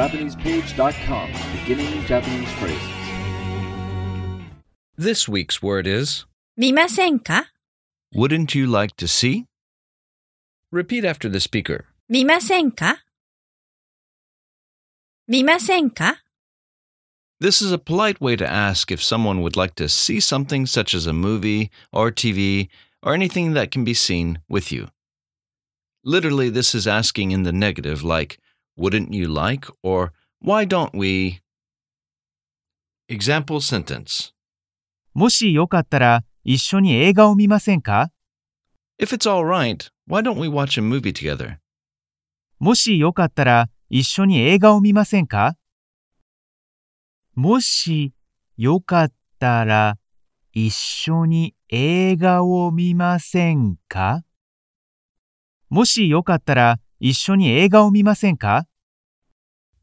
JapanesePage.com, beginning Japanese phrases. This week's word is 見ませんか Wouldn't you like to see? repeat after the speaker. 見ませんか見ませんか This is a polite way to ask if someone would like to see something such as a movie or TV or anything that can be seen with you. Literally, this is asking in the negative, like, wouldn't you like or why don't we? Example sentence もしよかったら一緒に映画を見ませんか If it's all right, why don't we watch a movie together? もしよかったら一緒に映画を見ませんかもしよかったら一緒に映画を見ませんかもしよかったら一緒に映画を見ませんか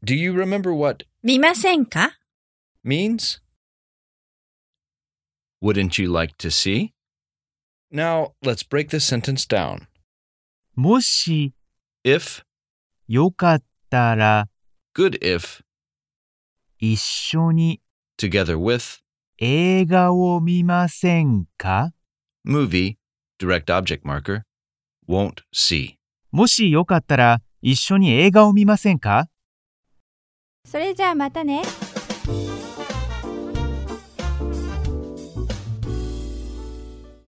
Do you remember what 見ませんか means? Wouldn't you like to see? Now, let's break this sentence down. もし If, よかったら good if, 一緒に together with, 映画を見ませんか movie, direct object marker, won't see. もしよかったら一緒に映画を見ませんかそれじゃあまたね